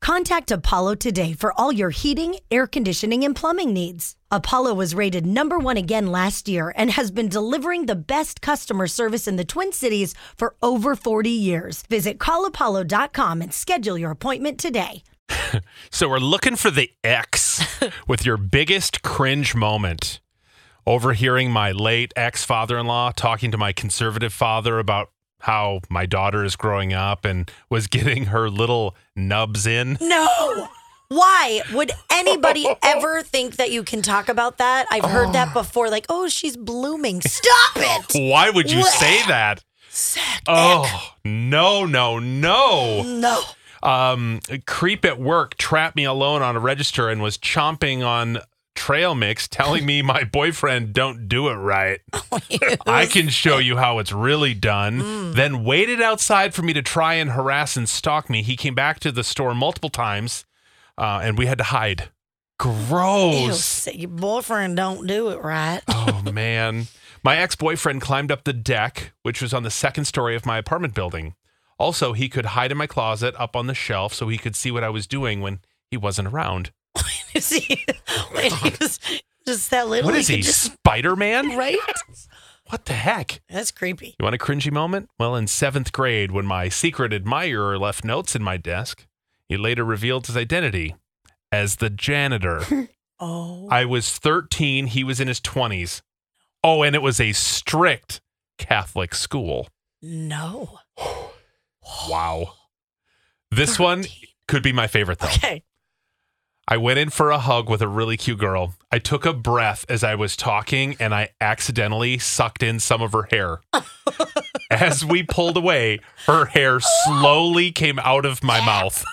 Contact Apollo today for all your heating, air conditioning, and plumbing needs. Apollo was rated number one again last year and has been delivering the best customer service in the Twin Cities for over 40 years. Visit callapollo.com and schedule your appointment today. So we're looking for the ex with your biggest cringe moment. Overhearing my late ex father in law talking to my conservative father about how my daughter is growing up and was getting her little nubs in. No. Why would anybody ever think that you can talk about that? I've heard that before. Like, oh, she's blooming. Stop it. Why would you say that? Oh, no, no, no. No. um, creep at work trapped me alone on a register and was chomping on trail mix telling me my boyfriend don't do it right i can show you how it's really done then waited outside for me to try and harass and stalk me he came back to the store multiple times uh, and we had to hide Ew, gross say your boyfriend don't do it right. oh man my ex-boyfriend climbed up the deck which was on the second story of my apartment building also he could hide in my closet up on the shelf so he could see what i was doing when he wasn't around You see, when he was just that little. What is could he, just- Spider Man? right? What the heck? That's creepy. You want a cringy moment? Well, in seventh grade, when my secret admirer left notes in my desk, he later revealed his identity as the janitor. Oh. I was 13, he was in his 20s. Oh, and it was a strict Catholic school. No. Wow. This one could be my favorite, though. Okay. I went in for a hug with a really cute girl. I took a breath as I was talking and I accidentally sucked in some of her hair. as we pulled away, her hair slowly came out of my mouth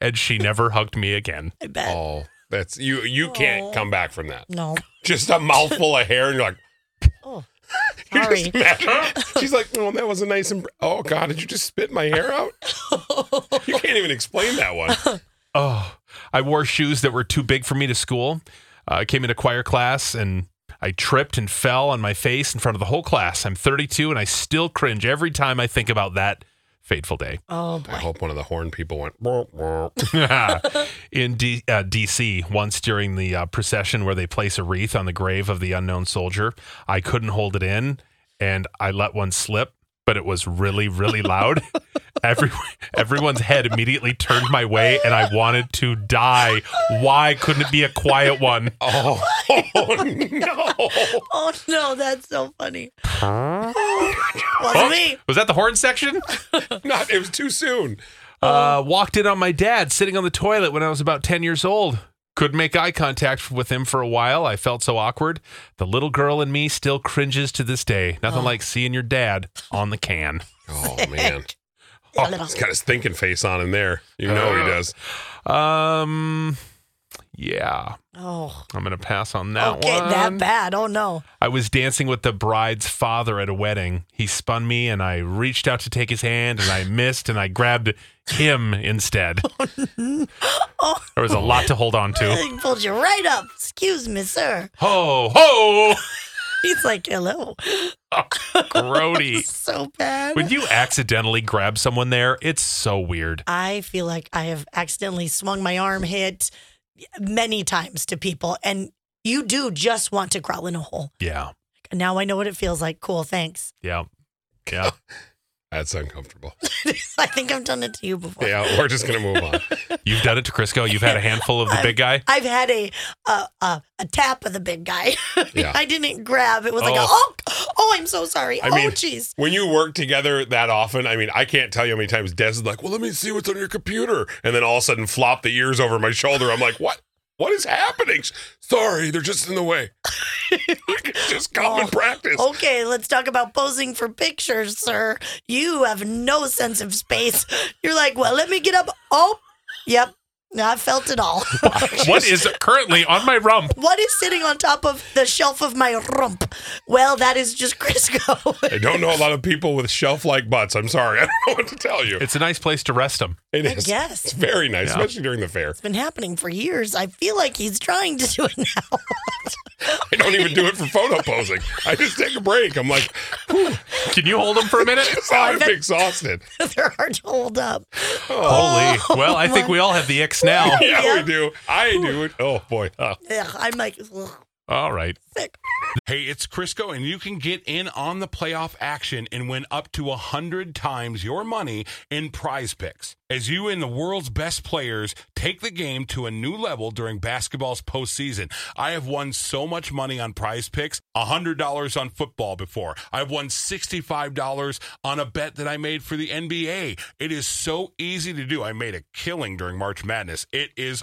and she never hugged me again. I bet. Oh, that's you. You can't come back from that. No. Just a mouthful of hair, and you're like, you just Sorry. imagine- She's like, oh, that was a nice. Imp- oh God, did you just spit my hair out? you can't even explain that one. Oh, I wore shoes that were too big for me to school. Uh, I came into choir class and I tripped and fell on my face in front of the whole class. I'm 32 and I still cringe every time I think about that fateful day. Oh, I boy. hope one of the horn people went. "Burp, burp." in D- uh, DC once during the uh, procession where they place a wreath on the grave of the unknown soldier. I couldn't hold it in and I let one slip, but it was really, really loud. Every, everyone's head immediately turned my way and I wanted to die. Why couldn't it be a quiet one? Oh, no! Oh, no. That's so funny. Oh, Wasn't me. Was that the horn section? Not. It was too soon. Uh-huh. Uh, walked in on my dad sitting on the toilet when I was about 10 years old. Couldn't make eye contact with him for a while. I felt so awkward. The little girl in me still cringes to this day. Nothing like seeing your dad on the can. Oh man. Oh, he's got his thinking face on in there. You know he does. Um, yeah, Oh. I'm going to pass on that Okay. one. That bad. Oh, no. I was dancing with the bride's father at a wedding. He spun me and I reached out to take his hand and I missed and I grabbed him instead. Oh, There was a lot to hold on to. He pulled you right up. Excuse me, sir. Ho, ho! He's like, hello. Grody. So bad. When you accidentally grab someone there, it's so weird. I feel like I have accidentally swung my arm hit many times to people, and you do just want to crawl in a hole. Yeah. Now I know what it feels like. Cool, thanks. Yeah. Yeah. That's uncomfortable. I think I've done it to you before. Yeah, we're just gonna move on. You've done it to Crisco. You've had a handful of the big guy. I've had a uh, uh, a tap of the big guy. Yeah. I didn't grab. It was like, a, Oh. oh, oh, I'm so sorry. I oh, mean, jeez. when you work together that often, I mean, I can't tell you how many times Des is like, "Well, let me see what's on your computer," and then all of a sudden, flop the ears over my shoulder. I'm like, "What? What is happening?" Sorry, they're just in the way. I can just come Oh. and practice. Okay, let's talk about posing for pictures, sir. You have no sense of space. You're like, well, let me get up. Oh, yep. I felt it all. What is currently on my rump? what is sitting on top of the shelf of my rump? Well, that is just Crisco. I don't know a lot of people with shelf like butts. I'm sorry. I don't know what to tell you. It's a nice place to rest them. It I is. guess. It's very nice, especially during the fair. been happening for years. I feel like he's trying to do it now. I don't even do it for photo posing. I just take a break. I'm like, Oh, Can you hold them for a minute? I'm exhausted. They're hard to hold up. Holy. Well, I think we all have the X now. Yeah, Yeah. we do. I do it. Oh boy. Oh. Ugh, I'm like, ugh, All right. sick. Hey, it's Crisco, and you can get in on the playoff action and win up to 100 times your money in prize picks. As you and the world's best players take the game to a new level during basketball's postseason, I have won so much money on prize picks $100 on football before. I've won $65 on a bet that I made for the NBA. It is so easy to do. I made a killing during March Madness. It is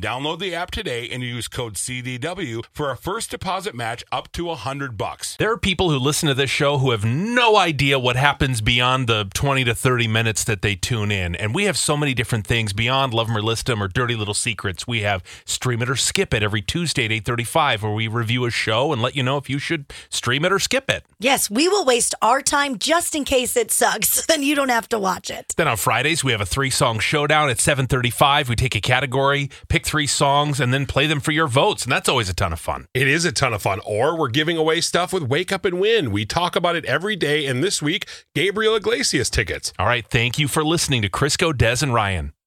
download the app today and use code CDW for a first deposit match up to 100 bucks. There are people who listen to this show who have no idea what happens beyond the 20 to 30 minutes that they tune in. And we have so many different things beyond Love 'em or List 'em or Dirty Little Secrets. We have Stream It or Skip It every Tuesday at 8.35 where we review a show and let you know if you should stream it or skip it. Yes, we will waste our time just in case it sucks. Then you don't have to watch it. Then on Fridays, we have a three-song showdown at 7.35. We take a category, pick three songs, and then play them for your votes. And that's always a ton of fun. It is a ton of fun. Or we're giving away stuff with Wake Up and Win. We talk about it every day. And this week, Gabriel Iglesias tickets. All right, thank you for listening to Crisco, Des, and Ryan.